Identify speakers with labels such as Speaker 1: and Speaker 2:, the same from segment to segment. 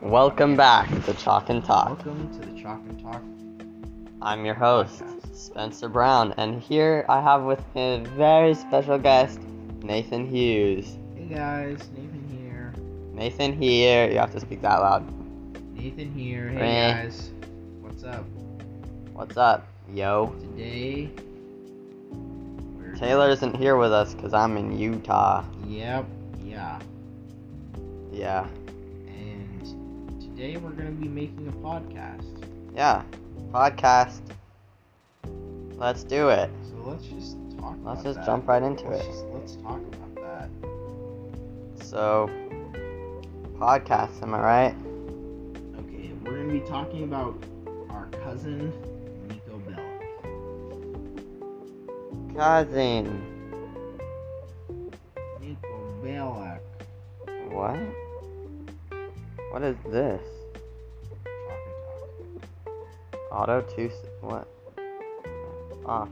Speaker 1: Welcome back to Chalk and Talk.
Speaker 2: Welcome to the Chalk and Talk.
Speaker 1: I'm your host, Spencer Brown, and here I have with me a very special guest, Nathan Hughes.
Speaker 2: Hey guys, Nathan here.
Speaker 1: Nathan here, you have to speak that loud.
Speaker 2: Nathan here. Hey
Speaker 1: Meh.
Speaker 2: guys, what's up?
Speaker 1: What's up, yo?
Speaker 2: Today, we're
Speaker 1: Taylor isn't here with us because I'm in Utah.
Speaker 2: Yep, yeah.
Speaker 1: Yeah,
Speaker 2: And today we're gonna be making a podcast.
Speaker 1: yeah, podcast. Let's do it.
Speaker 2: So let's just talk.
Speaker 1: Let's
Speaker 2: about
Speaker 1: just
Speaker 2: that.
Speaker 1: jump right into
Speaker 2: let's
Speaker 1: it.
Speaker 2: Just, let's talk about that.
Speaker 1: So, podcast, am I right?
Speaker 2: Okay, we're gonna be talking about our cousin Nico Bellic.
Speaker 1: Cousin.
Speaker 2: Nico Bellic.
Speaker 1: What? What is this?
Speaker 2: Chalk and Talk.
Speaker 1: Auto two. s- What? Off.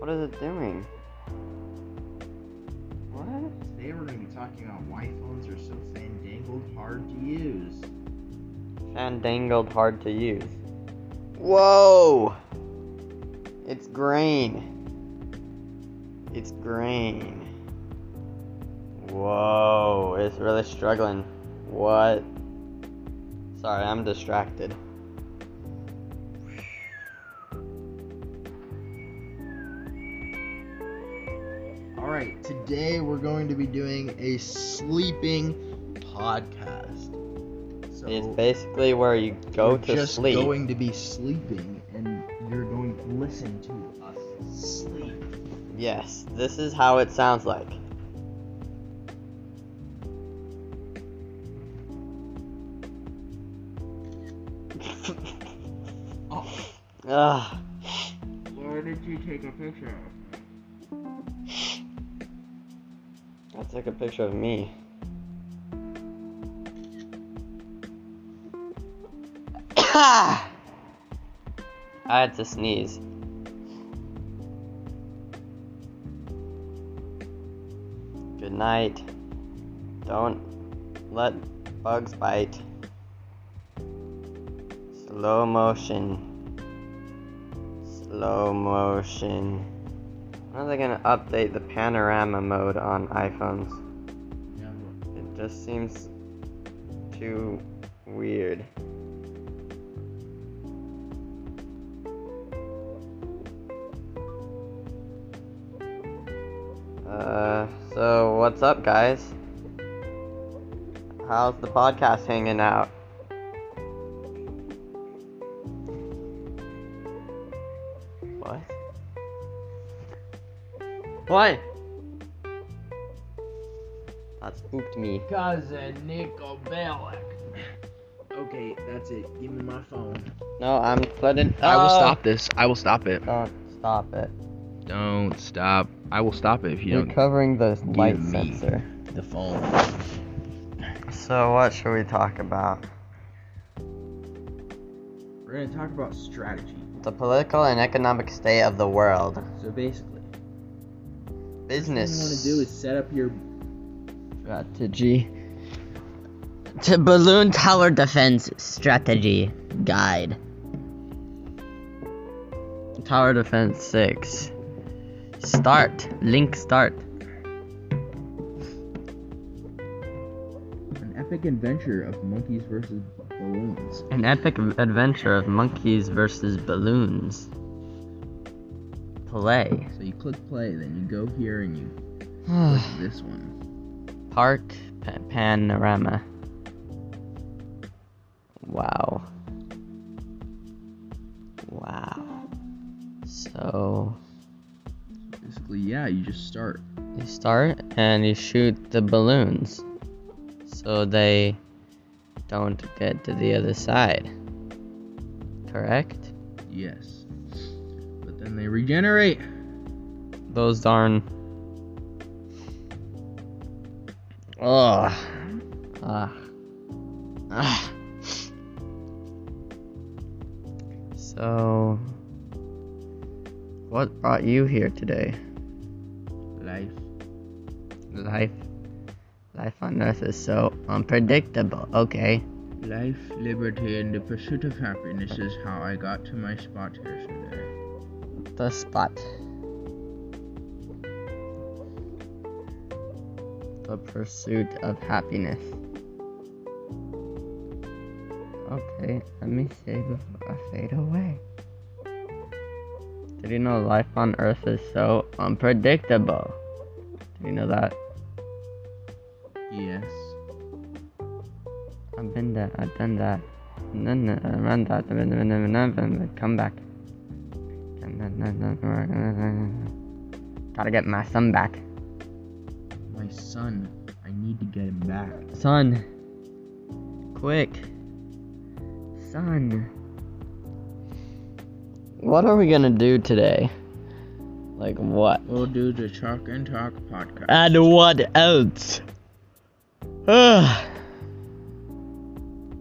Speaker 1: What is it doing? What?
Speaker 2: Today we're going to be talking about why phones are so fandangled hard to use.
Speaker 1: Fandangled hard to use. Whoa! It's green. It's green. Whoa, it's really struggling. What? Sorry, I'm distracted.
Speaker 2: Alright, today we're going to be doing a sleeping podcast. So
Speaker 1: It's basically where you go
Speaker 2: we're
Speaker 1: to
Speaker 2: just
Speaker 1: sleep.
Speaker 2: going to be sleeping and you're going to listen to us sleep.
Speaker 1: Yes, this is how it sounds like.
Speaker 2: Oh,
Speaker 1: Ugh.
Speaker 2: where did you take a picture?
Speaker 1: I took a picture of me. I had to sneeze. Good night. Don't let bugs bite. Slow motion. Slow motion. When are they gonna update the panorama mode on iPhones?
Speaker 2: Never.
Speaker 1: It just seems too weird. Uh, so what's up, guys? How's the podcast hanging out? What? What? That spooked me.
Speaker 2: Cousin Nico Bellic. Okay, that's it. Give me my phone.
Speaker 1: No, I'm letting.
Speaker 2: I will
Speaker 1: Oh.
Speaker 2: stop this. I will stop it.
Speaker 1: Don't stop it.
Speaker 2: Don't stop. I will stop it if you
Speaker 1: You're
Speaker 2: don't.
Speaker 1: covering the light
Speaker 2: me.
Speaker 1: sensor.
Speaker 2: The phone.
Speaker 1: So what should we talk about?
Speaker 2: We're gonna talk about strategy.
Speaker 1: The political and economic state of the world.
Speaker 2: So basically,
Speaker 1: Business.
Speaker 2: what you want to do is set up your
Speaker 1: strategy. To balloon tower defense strategy guide. Tower defense six. Start. Link start.
Speaker 2: an epic adventure of monkeys versus balloons.
Speaker 1: An epic adventure of monkeys versus balloons. Play.
Speaker 2: So you click play, then you go here and you click this one.
Speaker 1: Park pa- panorama. Wow. Wow. So
Speaker 2: Basically, yeah, you just start.
Speaker 1: you start and you shoot the balloons so they don't get to the other side. Correct?
Speaker 2: Yes. But then they regenerate.
Speaker 1: Those darn. Ugh. Ugh. Ugh. So. What brought you here today?
Speaker 2: Life.
Speaker 1: Life. Life on Earth is so unpredictable. Okay.
Speaker 2: Life, liberty, and the pursuit of happiness is how I got to my spot here today.
Speaker 1: The spot. The pursuit of happiness. Okay, let me see before I fade away. Did you know life on Earth is so unpredictable? Did you know that?
Speaker 2: Yes.
Speaker 1: I've been there, I've done that. And then I ran that, and then- and then- and then- and then come back. And then- and then- and then- Gotta get my son back.
Speaker 2: My son, I need to get him back.
Speaker 1: Son! Quick! Son! What are we gonna do today? Like what?
Speaker 2: We'll do the Chalk and Talk podcast.
Speaker 1: And what else? Ugh.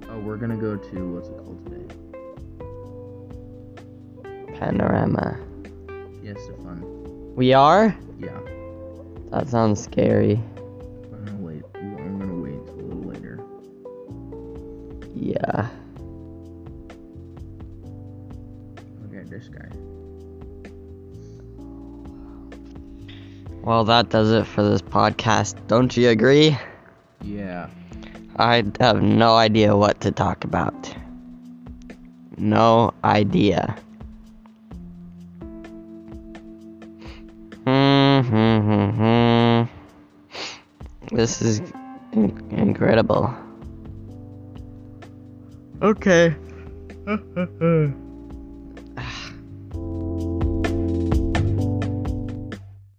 Speaker 2: oh, we're gonna go to what's it called today?
Speaker 1: Panorama.
Speaker 2: Yes, the fun.
Speaker 1: We are?
Speaker 2: Yeah.
Speaker 1: That sounds scary.
Speaker 2: I'm gonna wait. Ooh, I'm gonna wait till a little later.
Speaker 1: Yeah.
Speaker 2: Okay, this guy.
Speaker 1: Well, that does it for this podcast. Don't you agree?
Speaker 2: Yeah.
Speaker 1: I have no idea what to talk about. No idea. Hmm, hmm, hmm, hmm. This is in- incredible. Okay.